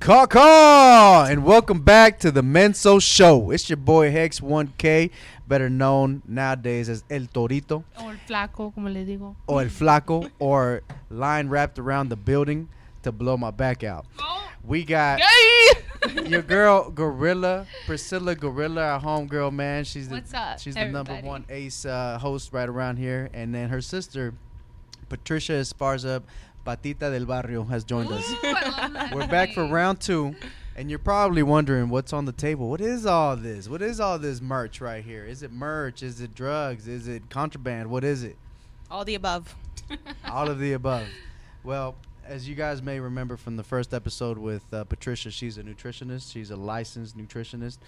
Caw caw, and welcome back to the Menso Show. It's your boy Hex 1K, better known nowadays as El Torito O el flaco, como le digo. or El Flaco or line wrapped around the building to blow my back out. Oh. We got your girl Gorilla, Priscilla Gorilla, our homegirl man. She's the What's up, she's the number everybody? one ace uh, host right around here, and then her sister Patricia Esparza, Patita del Barrio, has joined us. We're back for round two, and you're probably wondering what's on the table. What is all this? What is all this merch right here? Is it merch? Is it drugs? Is it contraband? What is it? All the above. All of the above. Well, as you guys may remember from the first episode with uh, Patricia, she's a nutritionist. She's a licensed nutritionist,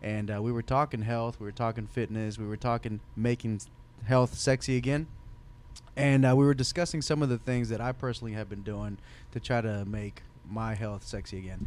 and uh, we were talking health, we were talking fitness, we were talking making s- health sexy again, and uh, we were discussing some of the things that I personally have been doing to try to make my health sexy again,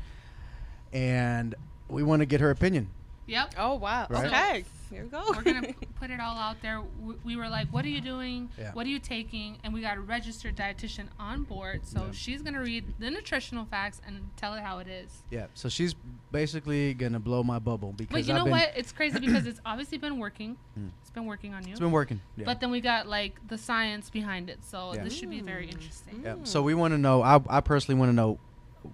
and we want to get her opinion. Yep. Oh wow. Right? Okay. Here we go. We're gonna p- put it all out there. W- We were like, "What are you doing? Yeah. What are you taking?" And we got a registered dietitian on board, so Yeah. she's gonna read the nutritional facts and tell it how it is. Yeah, so she's basically gonna blow my bubble because But you I've know been, what? It's crazy because it's obviously been working. Mm. It's been working on you. It's been working. Yeah. But then we got like the science behind it, so Yeah. this should be very Mm. interesting. Yeah. So we want to know. I, I personally want to know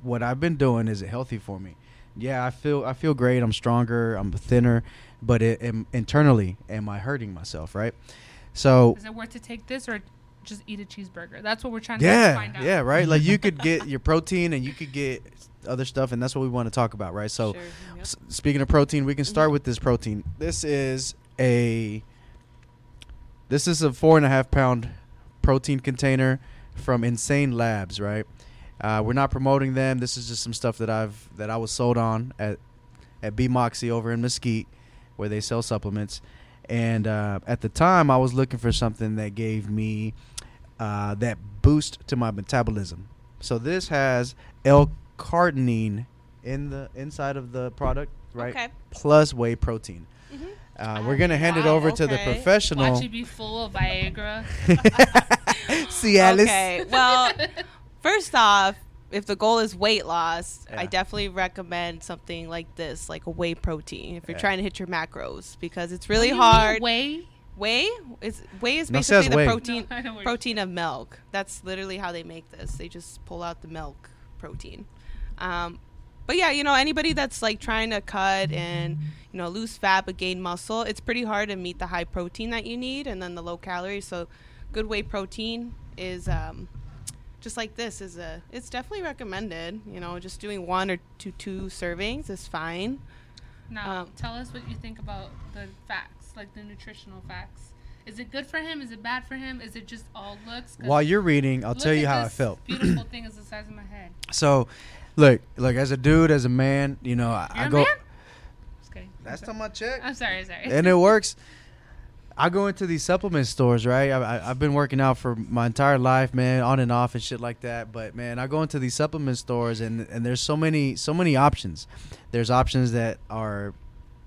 what I've been doing. Is it healthy for me? Yeah, I feel I feel great. I'm stronger. I'm thinner. But it, am- internally, am I hurting myself? Right. So Is it worth to take this or just eat a cheeseburger? That's what we're trying to yeah, find out. yeah, right. Like you could get your protein and you could get other stuff, and that's what we want to talk about, right? So Sure. Yep. S- speaking of protein, we can start with this protein. This is a this is a four and a half pound protein container from Insane Labs, right? Uh, we're not promoting them. This is just some stuff that I've that I was sold on at at B Moxie over in Mesquite, where they sell supplements. And uh, at the time, I was looking for something that gave me uh, that boost to my metabolism. So this has L-carnitine in the inside of the product, right? Okay. Plus whey protein. Mhm. Uh, we're gonna hand it Wow, over to the okay. professional. Ah, Watch it be full of Viagra. Cialis. Okay. Well, first off, if the goal is weight loss, I Yeah. definitely recommend something like this, like a whey protein, if you're Yeah. trying to hit your macros, because it's really You mean hard. Whey. Whey is whey is No, it says basically whey. the protein No, I know what you're protein of milk. That's literally how they make this. They just pull out the milk protein. Um, but yeah, you know, anybody that's like trying to cut and you know lose fat but gain muscle, it's pretty hard to meet the high protein that you need and then the low calories. So, good whey protein is um, just like this is a it's definitely recommended. You know, just doing one or two two servings is fine. Now, Um, tell us what you think about the facts, like the nutritional facts. Is it good for him? Is it bad for him? Is it just all looks? 'Cause While you're reading, I'll look tell you at how I this felt. Beautiful thing is the size of my head. So, look, look, as a dude, as a man, you know, I, You're I a go. man? Just kidding. That's I'm on my check. sorry. I'm sorry. sorry. and it works. I go into these supplement stores, right? I, I, I've been working out for my entire life, man, on and off and shit like that. But man, I go into these supplement stores, and and there's so many so many options. There's options that are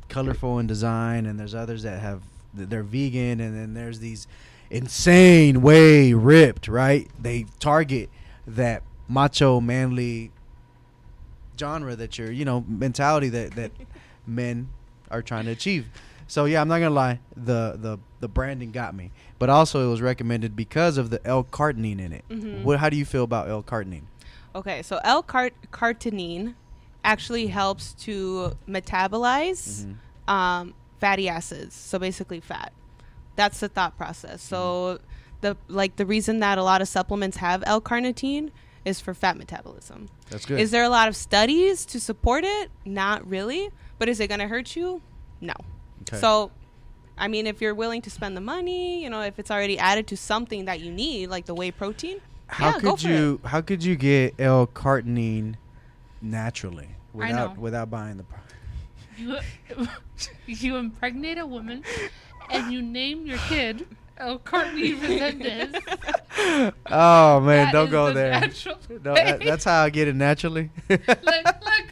colorful in design, and there's others that have they're vegan, and then there's these insane way ripped, right? They target that macho manly genre that you're you know mentality that that men are trying to achieve so yeah i'm not gonna lie the the the branding got me but also it was recommended because of the l-carnitine in it Mm-hmm. Mhm. what how do you feel about l-carnitine Okay, so L-carnitine actually helps to metabolize Mm-hmm. um, fatty acids, so basically fat. That's the thought process. So Mm-hmm. the like the reason that a lot of supplements have L-carnitine is for fat metabolism. that's good Is there a lot of studies to support it? Not really, but is it going to hurt you? No. Okay. So I mean, if you're willing to spend the money, you know, if it's already added to something that you need, like the whey protein, how yeah, go could for it. you how could you get l-carnitine naturally without know. without buying the product you, you impregnate a woman, and you name your kid El Courtney Resendez. oh man That don't is go the there natural no, that, way. that's how i get it naturally look, look.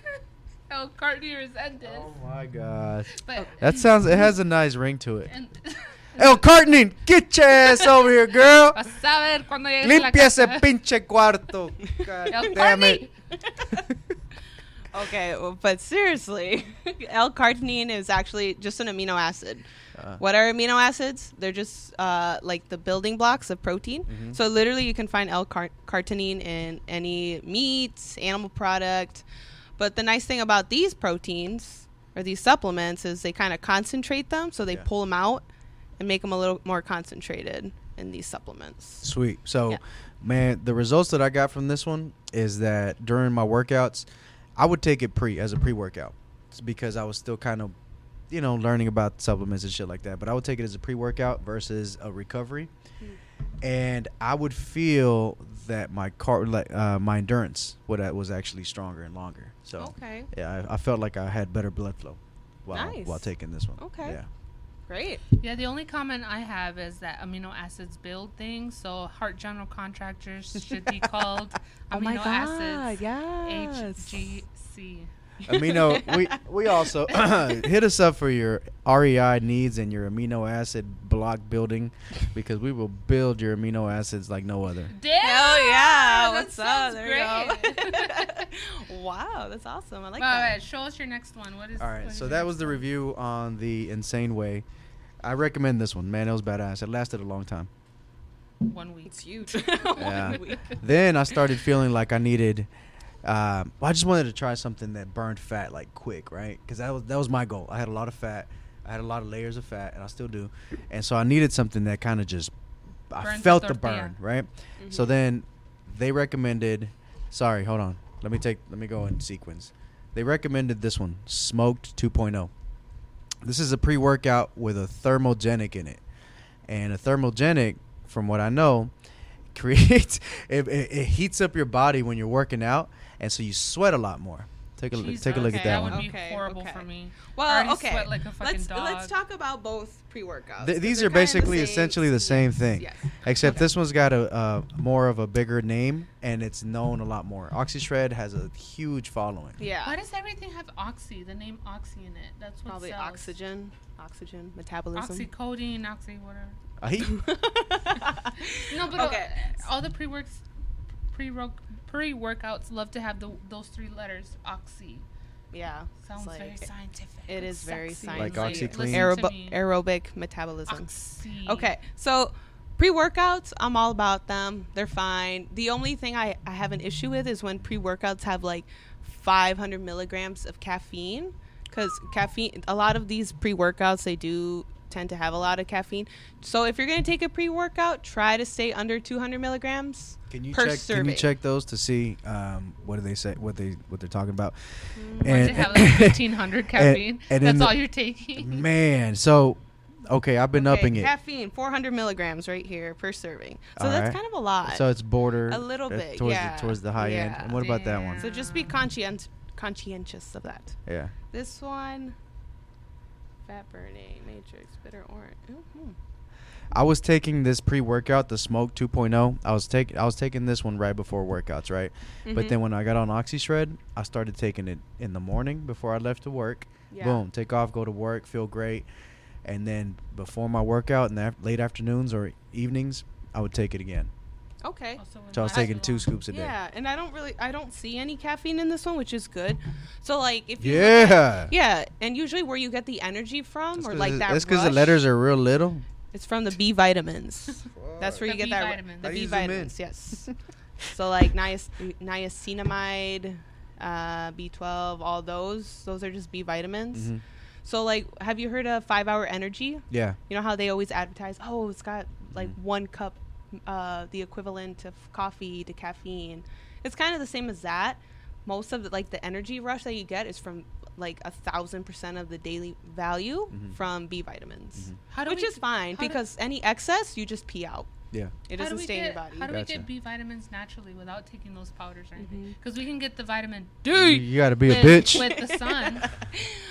El Courtney Resendez. oh my gosh But Oh. that sounds it has a nice ring to it and, El Cartney, get your ass over here, girl. Vas a ver cuando llegues a la Limpia ese casa. pinche cuarto. God El damn Carney. it. Okay, well, but seriously, L-carnitine is actually just an amino acid. Uh, What are amino acids? They're just uh, like the building blocks of protein. Mhm. So literally, you can find L-carnitine in any meat, animal product. But the nice thing about these proteins or these supplements is they kind of concentrate them, so they Yeah. pull them out and make them a little more concentrated in these supplements. Sweet. So, Yeah. man, the results that I got from this one is that during my workouts, I would take it pre as a pre workout because I was still kind of, you know, learning about supplements and shit like that. But I would take it as a pre workout versus a recovery, and I would feel that my car, like uh, my endurance, would uh, was actually stronger and longer. So, Oh. Okay, yeah, I, I felt like I had better blood flow while Nice. while taking this one. Okay. Yeah. great. Yeah, the only comment I have is that amino acids build things, so heart general contractors should be called Oh amino acids. HGC. amino we we also hit us up for your REI needs and your amino acid block building because we will build your amino acids like no other. Damn! Hell yeah! that What's up? sounds There we go. wow, that's awesome. I like All that. right, show us your next one. What is? All what right, is so your that next was the one? review on the insane way. I recommend this one, man. It was badass. It lasted a long time. One week. It's huge. Yeah. One week. Then I started feeling like I needed. Um, well, I just wanted to try something that burned fat like quick, right? Because that was that was my goal. I had a lot of fat. I had a lot of layers of fat, and I still do. And so I needed something that kind of just. I Burns the felt the tortilla. burn, right? Mm-hmm. So then, they recommended. Sorry, hold on. Let me take. Let me go in sequence. They recommended this one, smoked 2.0. This is a pre-workout with a thermogenic in it, and a thermogenic, from what I know, creates it, it, it heats up your body when you're working out, and so you sweat a lot more. Take a look Jesus, take a look at okay, that would one. be Okay, horrible okay. for me. I Well, already okay. Sweat like a fucking let's dog. let's talk about both pre-workouts. Th- 'cause these they're are kinda the basically same. essentially the same thing, Yes. except Okay. this one's got a uh, more of a bigger name and it's known a lot more. OxyShred has a huge following. Yeah. Why does everything have oxy? The name oxy in it. That's what Probably sells. oxygen, oxygen metabolism. Oxycodone, oxy whatever. Aye. No, but okay. all, all the pre works, pre pre workouts love to have the, those three letters oxy. yeah. it's Sounds like- very scientific. it is very sexy. scientific. Like listen OxyClean? to Aerob- me. aerobic metabolism. Oxy. Okay, so pre workouts, I'm all about them. They're fine. The only thing I, I have an issue with is when pre workouts have like 500 milligrams of caffeine. Because caffeine, a lot of these pre workouts, they do tend to have a lot of caffeine. So if you're going to take a pre workout, try to stay under 200 milligrams. Can you Per check? Can survey. you check those to see um, what do they say? What they what they're talking about? Mm, Once you have like 1500 caffeine, and in that's the- all you're taking. man, so okay, I've been Okay, upping it. Caffeine, 400 milligrams right here per serving. So All that's right. kind of a lot. So it's border A little uh, bit, towards yeah. the, towards the high end. Yeah. And what about that one? so just be conscient- conscientious of that. Yeah. This one, fat burning, matrix, bitter orange. Mhm. I was taking this pre-workout, the Smoke 2.0. I was taking I was taking this one right before workouts, right? But Mhm. then when I got on OxyShred, I started taking it in the morning before I left to work. Yeah. Boom, take off, go to work, feel great. And then before my workout in the af- late afternoons or evenings, I would take it again. Mm-hmm. Okay. So Also I was relax taking a two lot. scoops a day. Uh-huh. Yeah, and I don't really, I don't see any caffeine in this one, which is good. So like, if you look Yeah. at- yeah, and usually where you get the energy from, That's or 'cause like it- that. That's because the rush, letters are real little. It's from the B vitamins. That's where The you get B that. vitamins. The How do B you zoom in? vitamins. Yes. so like niac- niacinamide, uh, B12, all those. Those are just B vitamins. Mhm. So like, have you heard of Five Hour Energy? Yeah. You know how they always advertise, oh, it's got like one cup, uh, the equivalent of coffee to caffeine. It's kind of the same as that. Most of the, like the energy rush that you get is from like a thousand percent of the daily value from B vitamins, How do which we- is fine how do- because any excess you just pee out. Yeah. It How do doesn't we stay get, in your body. How do we Gotcha. get B vitamins naturally without taking those powders or anything? Mhm. Because we can get the vitamin You, D got to be a with, bitch. with the sun.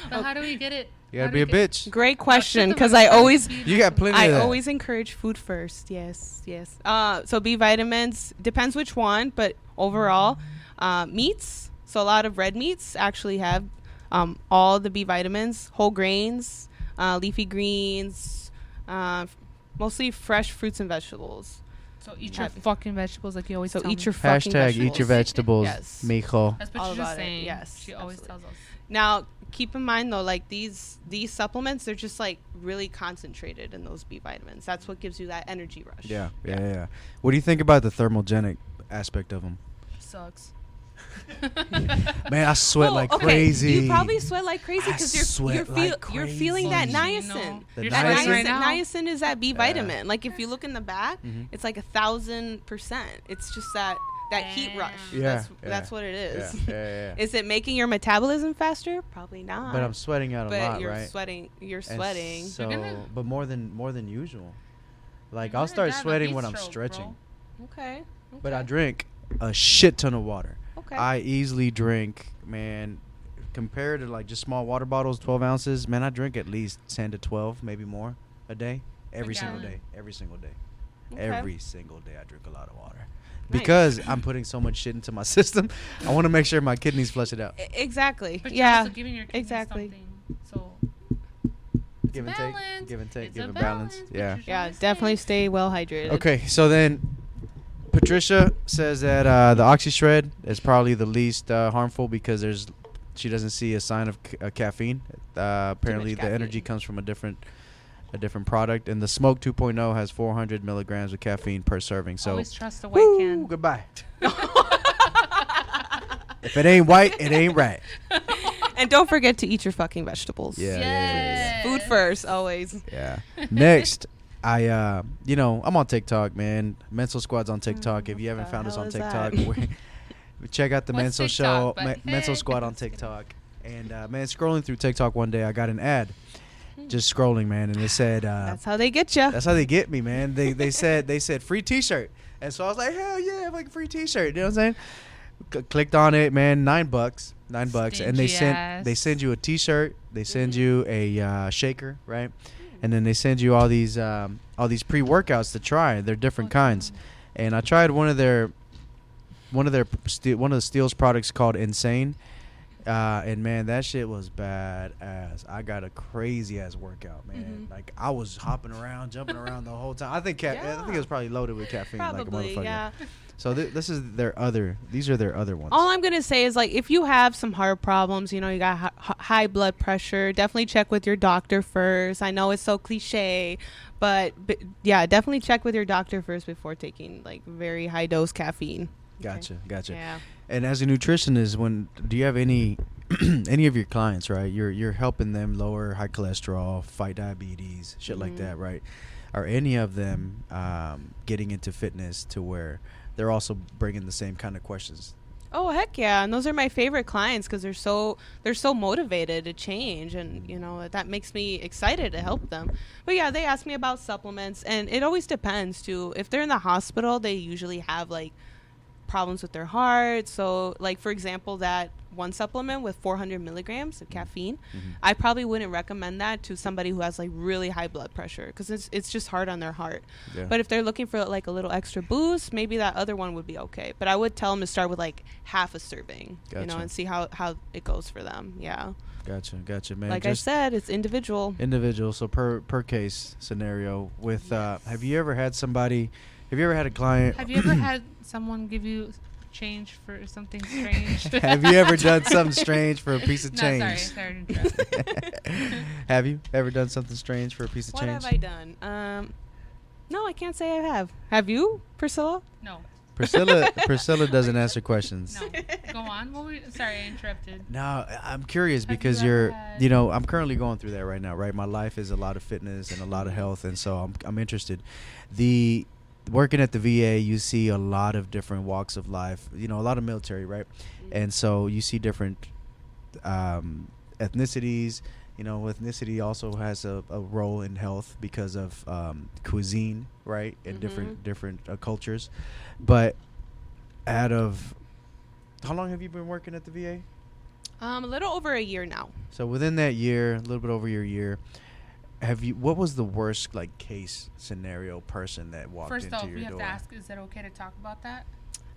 But how do we get it? Oh. you got how to do be we a get- bitch. Great Oh, shit, question the because vitamin I D always naturally. You got plenty I of that. always encourage food first. Yes, yes. Uh, so B vitamins depends which one, but overall, uh, meats. So a lot of red meats actually have um, all the B vitamins, whole grains, uh, leafy greens, uh, f- mostly fresh fruits and vegetables. So So eat your fucking vegetables, like you always. So tell eat me. your fucking Hashtag eat your vegetables, Yes. mijo. That's what all she's just about it, saying. yes, she always absolutely. tells us. Now, keep in mind though, like these these supplements, they're just like really concentrated in those B vitamins. That's what gives you that energy rush. Yeah, yeah, yeah. What do you think about the thermogenic aspect of them? Sucks. Man, I sweat Oh, like okay. crazy. You probably sweat like crazy I because you're sweat you're, feel, like you're feeling that crazy. niacin. The You're That Niacin. sweating niacin, right now. niacin is that B vitamin. Like if you look in the back, Mhm. it's like a thousand percent. It's just that that heat rush. Damn. Yeah, that's, yeah, that's what it is. Yeah, yeah, yeah. is it making your metabolism faster? Probably not. but I'm sweating out a But lot, you're right? sweating. You're And sweating. So, gonna- but more than more than usual. Like You're I'll gonna start die of a sweating heat when I'm stroke, stretching, bro. okay. but I drink a shit ton of water. Okay. I easily drink, man. Compared to like just small water bottles, twelve ounces, man, I drink at least ten to twelve, maybe more, a day, every single gallon. day, every single day, Okay. every single day. I drink a lot of water Nice. because I'm putting so much shit into my system. I want to make sure my kidneys flush it out. E- exactly. But you're yeah. also giving your kidneys exactly. something. So give and take, balance. give and take, It's give a and balance. balance, but Yeah. you're yeah. Trying to Definitely stay- stay well hydrated. Okay, so then Patricia says that uh, the OxyShred is probably the least uh, harmful because there's she doesn't see a sign of c- uh, caffeine. Uh, apparently, the energy caffeine. comes from a different a different product, and the Smoke 2.0 has 400 milligrams of caffeine per serving. So, always trust the white woo, can. goodbye. if it ain't white, it ain't right. And don't forget to eat your fucking vegetables. Yeah, yeah, yeah, Food Yes. first, always. Yeah. Next, I uh, you know, I'm on TikTok, man. Mental Squad's on TikTok. if you haven't Mm, the found us hell on is TikTok, that? we're- check out the What's Mental TikTok, Show, but Ma- Mental hey. Squad on Just kidding. TikTok. And uh, man, scrolling through TikTok one day, I got an ad. Hmm. Just scrolling, man, and it said uh, That's how they get you. that's how they get me, man. They they said they said free T-shirt, and so I was like, hell yeah, I have like a free T-shirt. You know what I'm saying? C- clicked on it, man. Nine bucks, nine bucks, and they Stingy sent ass. Mm-hmm. they send you a T-shirt, they send you a uh, shaker, right? And then they send you all these um, all these pre workouts to try. They're different Oh, kinds, and I tried one of their one of their ste- one of the Steel's products called Insane. Uh, and man, that shit was bad ass. I got a crazy ass workout, man. Mm-hmm. Like I was hopping around, jumping around the whole time. I think ca- I think it was probably loaded with caffeine, like Probably, a motherfucker. yeah. So th- this is their other. These are their other ones. All I'm gonna say is like, if you have some heart problems, you know, you got hi- hi- high blood pressure, definitely check with your doctor first. I know it's so cliche, but, but yeah, definitely check with your doctor first before taking like very high dose caffeine. gotcha, gotcha. Yeah. And as a nutritionist, when do you have any any of your clients, right? You're you're helping them lower high cholesterol, fight diabetes, shit like Mm-hmm. that, right? Are any of them um, getting into fitness to where they're also bringing the same kind of questions? Oh heck yeah! And those are my favorite clients because they're so they're so motivated to change, and you know that makes me excited to help them. But yeah, they ask me about supplements, and it always depends too. If they're in the hospital, they usually have like problems with their heart. So like for example, that one supplement with 400 milligrams of caffeine, Mm-hmm. I probably wouldn't recommend that to somebody who has like really high blood pressure because it's it's just hard on their heart. Yeah. But if they're looking for like a little extra boost, maybe that other one would be okay. But I would tell them to start with like half a serving, you know, Gotcha. and see how how it goes for them. Yeah, Gotcha, gotcha, man. like I said, it's individual. individual so per per case scenario with uh have you ever had somebody have you ever had a client Have you ever had someone give you change for something strange? have you ever done something strange for a piece of no, change sorry, sorry to interrupt. have you ever done something strange for a piece of what change have I done? Um, no, I can't say I have. Have you, Priscilla? No, priscilla priscilla doesn't answer questions no. Go on. What were you, sorry, I interrupted. No, I- I'm curious Have because you ever you are had- you know, I'm currently going through that right now, right? My life is a lot of fitness and a lot of health, and so I'm, I'm interested. The working at the VA, you see a lot of different walks of life, you know, a lot of military, right? And so you see different um, ethnicities. You know, ethnicity also has a, a role in health because of um, cuisine, right? And Mm-hmm. different different uh, cultures. But out of how long have you been working at the VA? Um, a little over a year now. So within that year, a little bit over your year, have you? What was the worst like case scenario person that walked First into off, your we have door? to ask: Is it okay to talk about that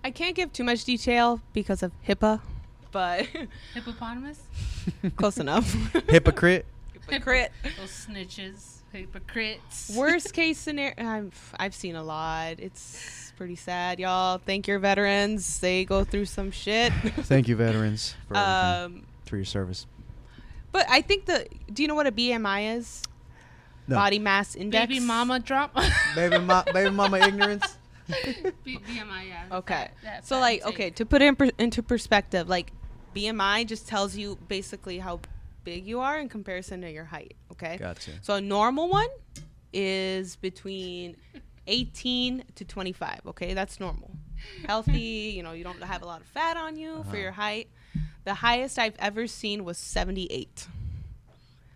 I can't give too much detail because of HIPAA, but hippopotamus? close enough. Hypocrite. Hypocrite. Those snitches. Hypocrites. Worst case scenario, I'm, I've seen a lot. It's pretty sad, y'all. Thank your veterans. They go through some shit. Thank you, veterans, for, everything, um, for your service. but I think the. Do you know what a BMI is? No. Body mass index. Baby mama drop. Baby, ma- baby mama ignorance. B- BMI, yeah. Okay. That- that so fat like, intake. okay, to put it in per- into perspective, like BMI just tells you basically how big you are in comparison to your height. Okay. Gotcha. So a normal one is between 18 to 25. Okay, that's normal. Healthy, you know, you don't have a lot of fat on you for your height. The highest I've ever seen was 78.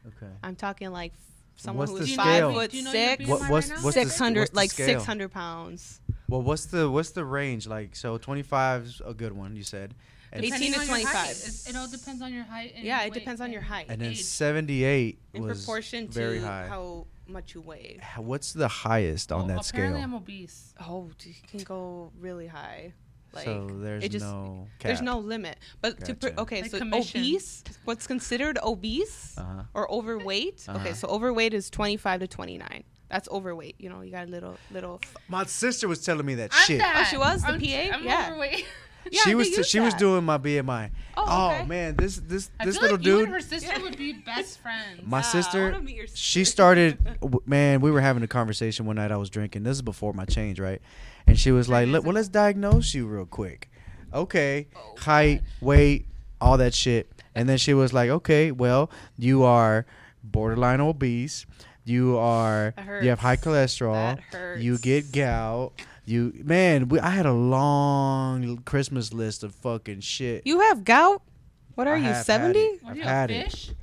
Okay. I'm talking like f- someone What's who the was Do you know scale? five your- foot do you know your six, BMI What- right what's- now? what's the- six hundred, what's the like scale? six hundred pounds. Well, what's the what's the range like? So 25's a good one, you said. And, Depending 18 to on your height. 25. It's- It all depends on your height. And Yeah, it weight depends on and- your height. and then age. 78 in was proportion to very high. how much you weigh. H- What's the highest on Well, that Oh, Apparently, I'm scale? obese. Oh, dude, you can go really high. Like, so there's it just- no cap. There's no limit. But to pr- Gotcha. okay, Like so commission. obese, what's considered obese Uh-huh. or overweight? Uh-huh. Okay, so overweight is 25 to 29. That's overweight. You know, you got a little little. My sister was telling me that I'm shit. that. Oh, she was the I'm- PA? I'm Yeah. overweight. Yeah, she they was t- use she was that. doing my BMI. Oh, okay. man, this this I this feel little like you dude. and her sister would be best friends. My Ah, I wanna sister, meet your she sister. started. w- Man, we were having a conversation one night. I was drinking. This is before my change, right? And she was like, years "Look, well, ago. let's diagnose you real quick. Okay, Oh, height, weight, all that shit." And then she was like, "Okay, well, you are borderline obese. You are. That You have high hurts. cholesterol. That You get hurts. gout." You man, we, I had a long Christmas list of fucking shit. You have gout. What are I you? have had Seventy? it. What I've are you, a had it. fish?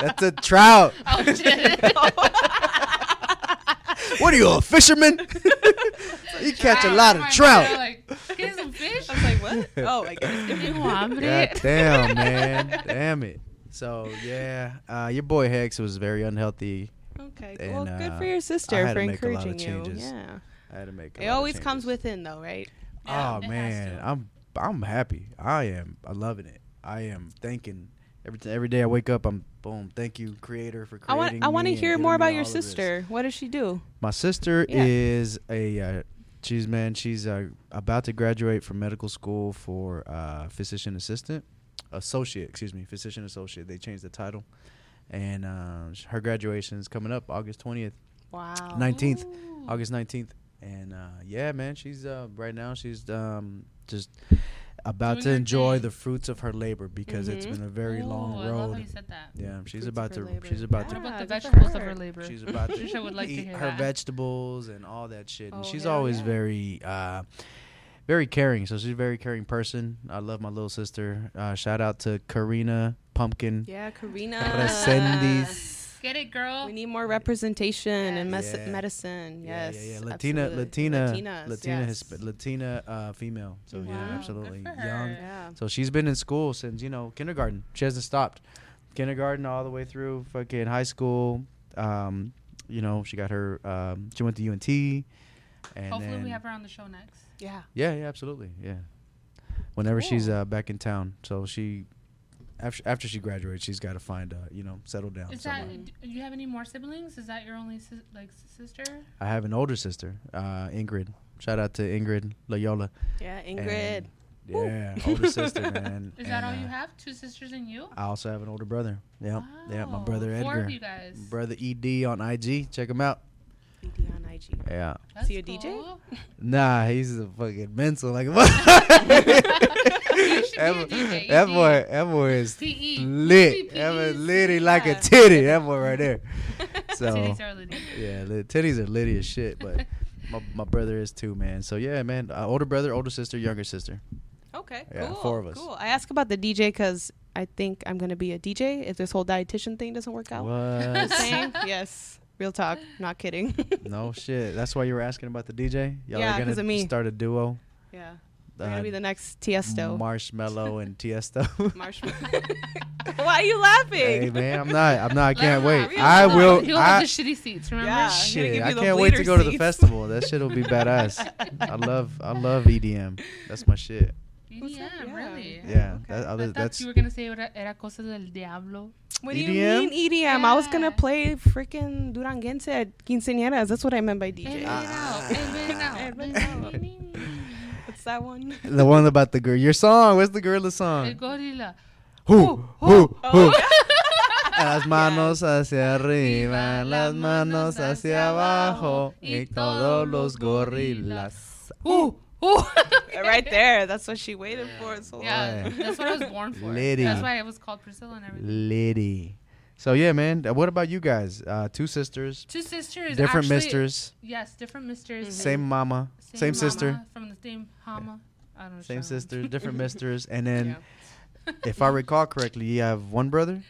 That's a trout. Oh, shit. What are you, a fisherman? you catch a lot of Right, they're trout. Oh Like, here's some fish. I was like, what? Oh, I guess. You want God it? damn, man. Damn it. So, yeah, uh, your boy Hex was very unhealthy. Okay. And, well, good uh, for your sister had for to make a lot of encouraging you. changes. Yeah. I had to make a It lot of always comes changes. within, though, right? Yeah, oh, it has man. to. I'm I'm happy. I am. I'm loving it. I am thanking. Every, t- every day I wake up, I'm boom. Thank you, Creator, for I creating want. I want to me and hear giving more me about all your of this. sister. What does she do? My sister Yeah. is a uh, she's man, she's uh, about to graduate from medical school for uh, physician assistant, associate, excuse me, physician associate. They changed the title, and uh, sh- her graduation is coming up August twentieth, Wow. nineteenth, Ooh. August nineteenth, and uh, yeah, man, she's uh, right now she's um, just about Doing to her enjoy thing. the fruits of her labor because it's Mhm. been a very Ooh, long I love how road. you said that. Yeah, she's Fruits of about her to labor. she's about What to Yeah, about the good for vegetables of her. her labor? She's about to Trisha would like to eat hear her that. vegetables and all that shit. And Oh, she's hell always yeah. very uh, very caring. So she's a very caring person. I love my little sister. Uh, shout out to Karina Pumpkin Yeah, Karina. Resendiz. Get it, girl. We need more representation in mes- Yeah. medicine. Yeah, Yes. yeah, yeah. Latina, Latina, Latinas, Latina, yes. Hisp- Latina uh, female. So Wow, yeah, good absolutely for young. her. Yeah. So she's been in school since you know kindergarten. She hasn't stopped. Kindergarten all the way through fucking high school. Um, you know, she got her. Um, she went to UNT. And Hopefully, then, we have her on the show next. Yeah. Yeah, yeah, absolutely. Yeah. Whenever she's Cool. uh, back in town, so she after after she graduates, she's got to find uh, you know settle down. Is somewhere. that? Do you have any more siblings? Is that your only sis- like s- sister? I have an older sister, uh, Ingrid. Shout out to Ingrid Loyola. Yeah. Ingrid. And- yeah, older sister, man. Is And, that all you uh, have? Two sisters and you? I also have an older brother. Yeah, yeah, my Wow. brother Edgar. Oh, Four of you guys. Brother Ed on IG. Check him out. ED on IG. Yeah. That's See a DJ? cool. Nah, he's a fucking mental. Like You E, should be a That boy- DJ. that boy, that boy is PE. lit. PE. That boy litty like a Yeah. titty. That boy right there. So Titties are litty. yeah, lit, titties are litty as shit. But my, my brother is too, man. So yeah, man. Uh, older brother, older sister, younger sister. Okay. Yeah, cool. four of us. Cool. I ask about the DJ because I think I'm gonna be a DJ if this whole dietitian thing doesn't work out. What? Same. yes. Real talk. Not kidding. no shit. That's why you were asking about the DJ. Y'all Yeah, are 'cause gonna of me. start a duo. Yeah. We're Uh, gonna be the next Tiesto. Marshmallow and Tiesto. Marshmallow. Why are you laughing? hey man, I'm not. I'm not. I Let can't him wait. have- he'll I have the- will. He'll I, have the shitty seats. Remember? Yeah. I'm gonna Shit, give I you the can't wait to go bleeder to the seats. festival. That shit will be badass. I love I love EDM. E That's my shit. EDM, really. Yeah, okay. that- I other- thought that's you were gonna say era, era cosas del diablo. What do EDM? you mean EDM? I was Yeah. gonna play freaking Duranguense at quinceañeras. That's what I meant by DJ. Ah. What's that one? the one about the girl. Your song. Where's the gorilla El song? gorila. Who? Who? Who? Oh. Las manos hacia arriba, las manos hacia abajo, y todos los gorilas. Ooh, ooh. right there. That's what she waited for. So yeah, Boy. that's what I was born for. Liddy. That's why I was called Priscilla and everything. Liddy. So yeah, man. uh, What about you guys? Uh, two sisters, Two sisters. different actually- misters, Yes, different Mm-hmm. misters. same mama, Mm-hmm. same, mama sister, From the same hama. I don't know. same Sharon. sister, different misters, and then if I recall correctly, you have one brother,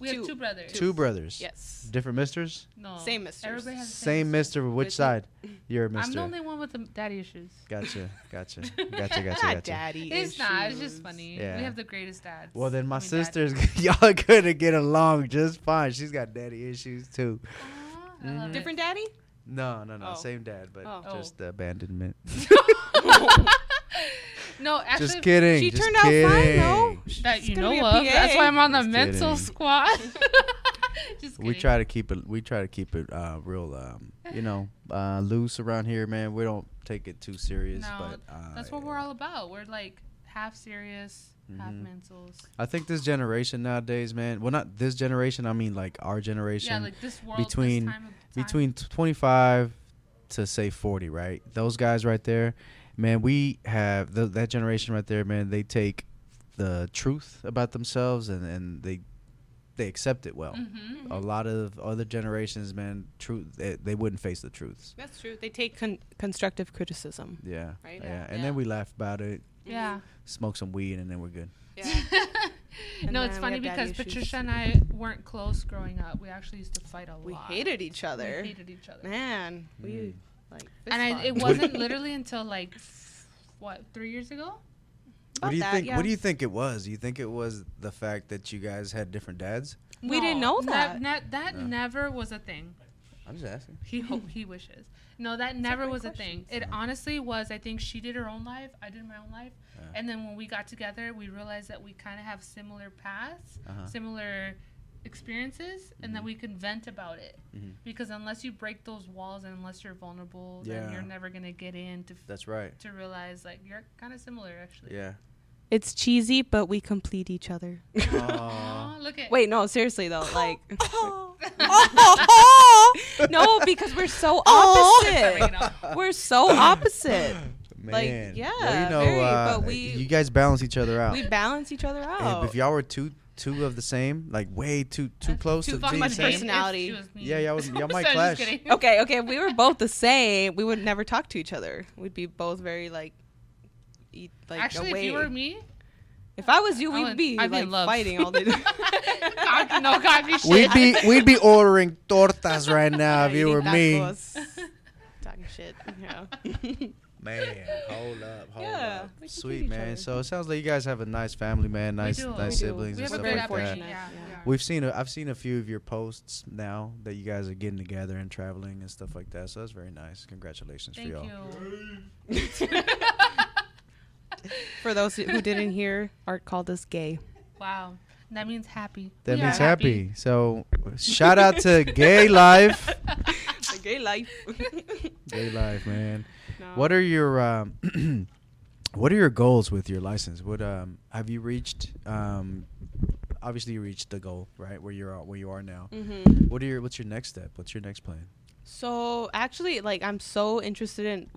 We have Two. two brothers. two brothers, Yes. different misters, No. Same misters. Everybody has the same, mister. Which Which- side? You're a I'm the mister. only one with the daddy issues. Gotcha, gotcha, gotcha, gotcha, Not gotcha. daddy. It's not. It's just issues. funny. Yeah. We have the greatest dads. Well, then my I mean, dad. sisters, y'all gonna get along just fine. She's got daddy issues too. Aw, I Mm-hmm. love it. Different daddy? No, no, no, Oh. same dad, but Oh. just the abandonment. No, actually, just kidding. she just turned out fine, though. kidding. that She's you gonna know be a of. That's PA. why I'm on the Just mental kidding. squad. Just We kidding. try to keep it. We try to keep it uh, real, um, you know, uh, loose around here, man. We don't take it too serious, No, but uh, That's what we're all about. We're like half serious, half Mhm. mentals. I think this generation nowadays, man. Well, not this generation. I mean, like our generation. Yeah, like this world, between- this time of time. between 25 to say 40 right those guys right there man we have th- that generation right there man they take the truth about themselves and and they they accept it well Oh. Mhm. a lot of other generations man truth they, they wouldn't face the truths That's true. They take con- constructive criticism. yeah Right. yeah, and then we laugh about it Yeah. smoke some weed and then we're good And no, it's then we funny had because daddy issues. Patricia and I weren't close growing up. We actually used to fight a We lot. hated each We other. hated each other. Man, we Mm. like. and I, it wasn't literally until like what three years ago. what do you that, think yeah. what do you think it was do you think it was the fact that you guys had different dads We didn't know ne- that. ne- that No. never was a thing. i'm just asking He hope he wishes. No, that never was a thing. It honestly was. I think she did her own life. I did my own life. Yeah. And then when we got together, we realized that we kind of have similar paths, Uh-huh. Mm-hmm. similar experiences, and that we can vent about it. Mhm. Because unless you break those walls and unless you're vulnerable, Yeah. then you're never gonna get in to f- that's right to realize like you're kind of similar actually. yeah It's cheesy, but we complete each other. Aw. Aw, look at Wait, Oh, no, seriously though, like. Oh. no, because we're so Oh. You opposite. know? We're so opposite. Like, Man. yeah, well, you know, very, uh, but we- you guys balance each other out. We balance each other And out. if y'all were two two of the same, like way too too close to Too being fucking the same, person- personality. If she was me. Yeah, y'all was- y'all might So I'm just clash. kidding. Okay, okay. If we were both the same, we would never talk to each other. We'd be both very like, e- like Actually, away. if you were me, If I was you, I we'd would- be I'd be like in love. fighting all day. cocky, no cocky shit. we'd be we'd be ordering tortas right now if you Eating were me. tacos, Talking shit. Yeah. Man, hold up, hold Yeah, up. we complete Sweet each man. other. So it sounds like you guys have a nice family, man. Nice do. nice We do. siblings we and have a stuff great like that. opportunity. that. Yeah, Yeah. we are. We've seen a, I've seen a few of your posts now that you guys are getting together and traveling and stuff like that. So that's very nice. Congratulations Thank for y'all. you. For those who didn't hear, Art called us gay. Wow, that means happy. That We means are happy. So shout out to Gay Life. The gay life. Gay Life, man. No. What are your um, what are your goals with your license? What um, have you reached? Um, obviously, you reached the goal, right? Where you're at- where you are now. Mhm. What are your What's your next step? What's your next plan? So actually, like I'm so interested in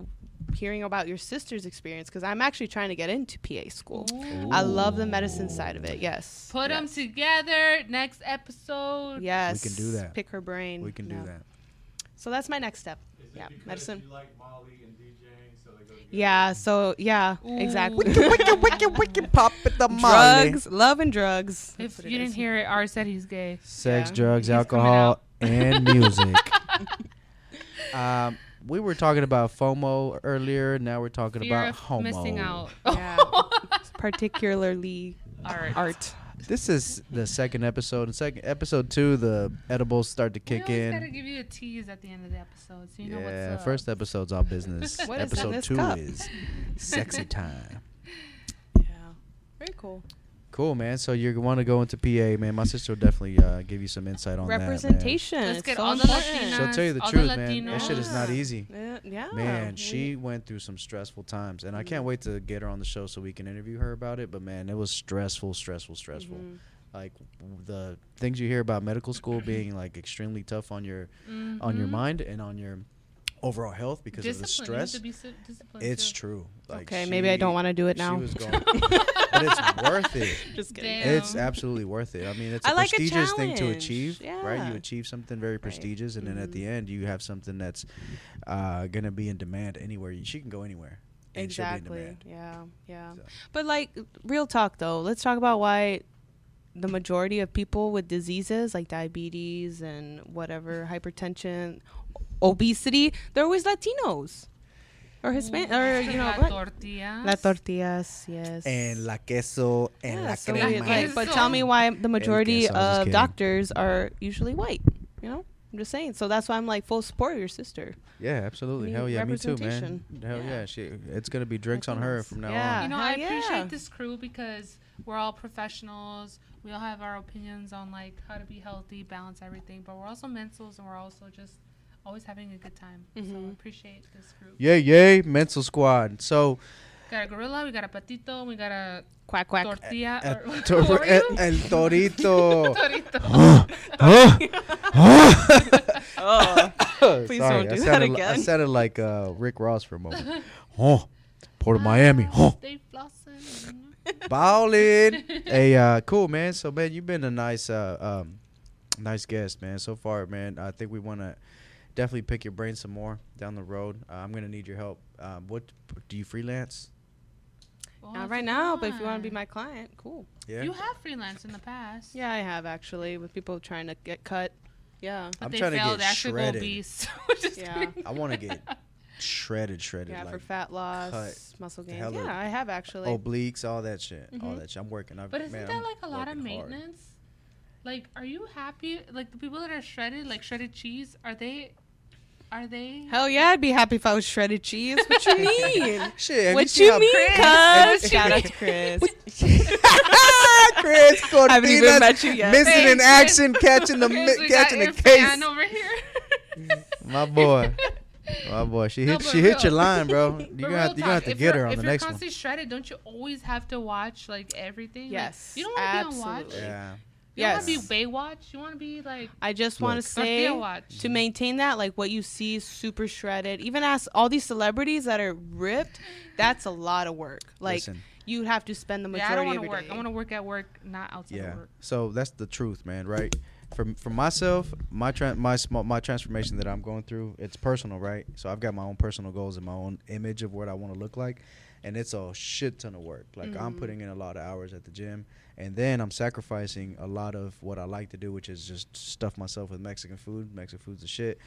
hearing about your sister's experience because I'm actually trying to get into PA school. Ooh. I love the medicine side of it. Yes. Put them together. Next episode. Yes. We can do that. Pick her brain. We can Mm, Yeah. do that. So that's my next step. Yeah, because medicine. You like Molly and DJing, so they go together. Yeah. So yeah, exactly. Ooh. pop at the drugs, love, and drugs. That's If what you didn't is. hear it, R said he's gay. Sex, Yeah. drugs, He's coming alcohol, out. and music. um, we were talking about FOMO earlier. Now we're talking Fear about of homo. missing out. Yeah. particularly Art. art. This is the second episode. And second episode two, the edibles start to We kick always in. gotta give you a tease at the end of the episode, so you know what's yeah, up. first episode's all business. What is in Episode this two cup? is sexy time. Very cool. Cool, man. So you want to go into PA, man? My sister will definitely uh, give you some insight on Representation. Let's it's get so all the important. that. Latinas. Man. She'll tell you the all the truth, man. That shit is not Latinas. easy. Yeah, yeah. Man, we- she went through some stressful times, and I can't wait to get her on the show so we can interview her about it. But man, it was stressful, stressful, stressful. Mhm. Like w- the things you hear about medical school being like extremely tough on your on your Mhm. mind and on your overall health because Discipline. You have of the stress. to be si- disciplined It's too. true. Like, okay, maybe I don't she- want to do it now. She was going, but it's worth it. Just kidding. Damn. It's absolutely worth it. I mean, it's a I like a prestigious thing to challenge. achieve, right? Yeah. You achieve something very prestigious, and then at Mm-hmm. the end, you have something that's uh, going to be in demand anywhere. She can go anywhere. And She'll be in Exactly. demand. Yeah. Yeah. So. But like real talk though, let's talk about why the majority of people with diseases like diabetes and whatever hypertension, obesity, they're always Latinos or Hispanic or you know La what? tortilla. La tortillas, yes. And la queso and yeah, la Ah, so crema. we- like, but Queso. tell me why the majority queso, I was just of kidding. doctors are usually white, you know? I'm just saying. So that's why I'm like full support of your sister. yeah, absolutely. Need Hell yeah, me too, man. representation. Hell yeah, Yeah. she. It's going to be drinks on her Latinos. from now Yeah. on. you know, Hell I yeah. appreciate this crew because we're all professionals. We all have our opinions on like how to be healthy, balance everything, but we're also mentals and we're also just always having a good time. So Mm-hmm. I appreciate this group. Yay, yay, mental squad. So, Got a gorilla, we got a patito, we got a Quack quack. tortilla. el, or, tor- what were el, you? el torito. Torito. Huh? Huh? oh. Sorry, Please don't I do that sounded, li- I again. sounded like uh, Rick Ross for a moment. oh, Port of Miami. Oh, They flossing. ballin'. hey, uh, cool, man. So, man, you've been a nice, uh, um, nice guest, man. So far, man, I think we want to definitely pick your brain some more down the road. Uh, I'm gonna need your help. Um, what do you freelance? Well, Not it's right now, but if you want to be fun. my client, cool. Yeah, You have freelance in the past. Yeah, I have actually with people trying to get cut. Yeah. But I'm they trying to failed get actual shredded. beasts. Just Yeah. kidding. I want to get shredded, shredded, Yeah, for like fat loss, muscle gain. hella- Oh, Yeah, I have actually. obliques, all that shit, all Mhm. that shit. I'm working. I've, Mm-hmm. But isn't man, that I'm like a lot of working hard. maintenance? Like, are you happy? Like the people that are shredded, like shredded cheese, are they? Are they? Hell yeah, I'd be happy if I was shredded cheese. What you mean? Shit, have what seen you how mean, Have you- cuz? Shout out to Chris. Chris I haven't even Cortinas met you yet. missing Hey, in Chris. action, catching the mi- Chris, we got catching the Irfan case. over here. My boy, my Oh, boy, she No, hit but she hit real- your line, bro. You're But gonna real have, you gonna have talk, to if get you're- her on the If you're next one. constantly shredded, don't you always have to watch like everything? Like, Yes, you don't want to be on watch. absolutely. Yeah, You don't want to Yes. be Baywatch. You want to be like I just want Look. to say Tortilla Watch. to maintain that, like what you see is super shredded. Even ask all these celebrities that are ripped, that's a lot of work. Like Listen. you have to spend the Yeah, I don't want majority of to your work. day. I want to work at work, not outside yeah. of work. So that's the truth, man. Right? From from myself, my tra- my small my transformation that I'm going through, it's personal, right? So I've got my own personal goals and my own image of what I want to look like, and it's a shit ton of work. Like Mm-hmm. I'm putting in a lot of hours at the gym, and then I'm sacrificing a lot of what I like to do, which is just stuff myself with Mexican food. Mexican food's the shit,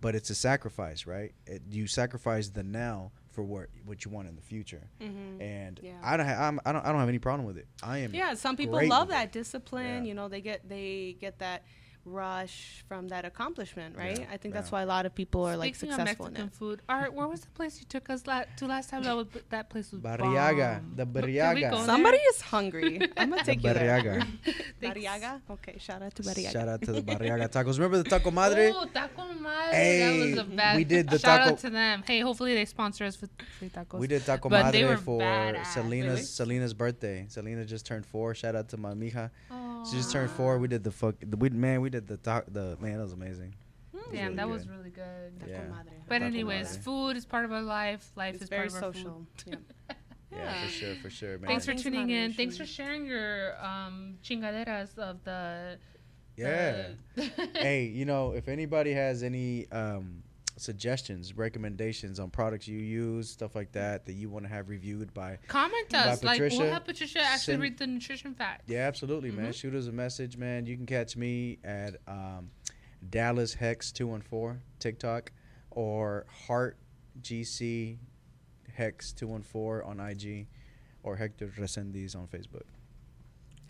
but it's a sacrifice, right? It, you sacrifice the now for what what you want in the future, Mm-hmm. and Yeah. I don't ha- I'm, I don't I don't have any problem with it. I am Yeah, some people great Mm-hmm. love with it. that discipline. Yeah. You know, they get they get that rush from that accomplishment, right? Yeah, I think yeah. that's why a lot of people are like Speaking successful of in Mexican it. food, Art, where was the place you took us la- to last time? That was that place was Barriaga, bomb. the Look, can we Barriaga. go there? Somebody is hungry. I'm gonna take you there. Barriaga. Thanks. Barriaga. Okay, shout out to Barriaga. Shout out to the Barriaga tacos. Remember the taco madre? Ooh, taco madre. Hey, that was the best. we did the Shout taco- out to them. Hey, hopefully they sponsor us with free tacos. we did taco Oh, But they madre were for badass. Selena's Really? Selena's birthday. Selena just turned four. Shout out to my mija. Aw. She just turned four. We did the fuck. The, we man, we did the ta- the man. That was amazing. Damn, really that good. was really good. Taco Yeah. Mm. madre. But Taco anyways, madre. food is part of our life. Life It's is very part of our food. social. Yeah, Yeah. Yeah. for sure, for sure, man. Thanks for Things in tuning in. moderation. Thanks for sharing your um, chingaderas of the. yeah. the- hey, you know, if anybody has any um, suggestions, recommendations on products you use, stuff like that, that you want to have reviewed by Comment us. Like, Patricia. we'll have Patricia actually Send- read the nutrition facts. Yeah, absolutely, man. Shoot us a message, man. You can catch me at um, Dallas Hex two one four TikTok or Heart GC Hex two one four on IG or Hector Resendiz on Facebook.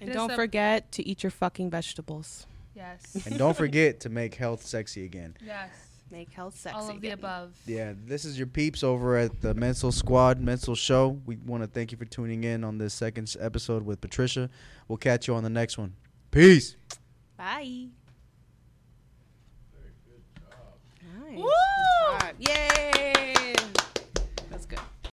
And Just don't a- forget to eat your fucking vegetables. Yes. And don't forget to make health sexy again. yes. Make health sexy. all of the again. above. Yeah, this is your peeps over at the Mental Squad Mental Show. We want to thank you for tuning in on this second s- episode with Patricia. We'll catch you on the next one. Peace. Bye. Very good job. Nice. Woo! That's hot. Yay!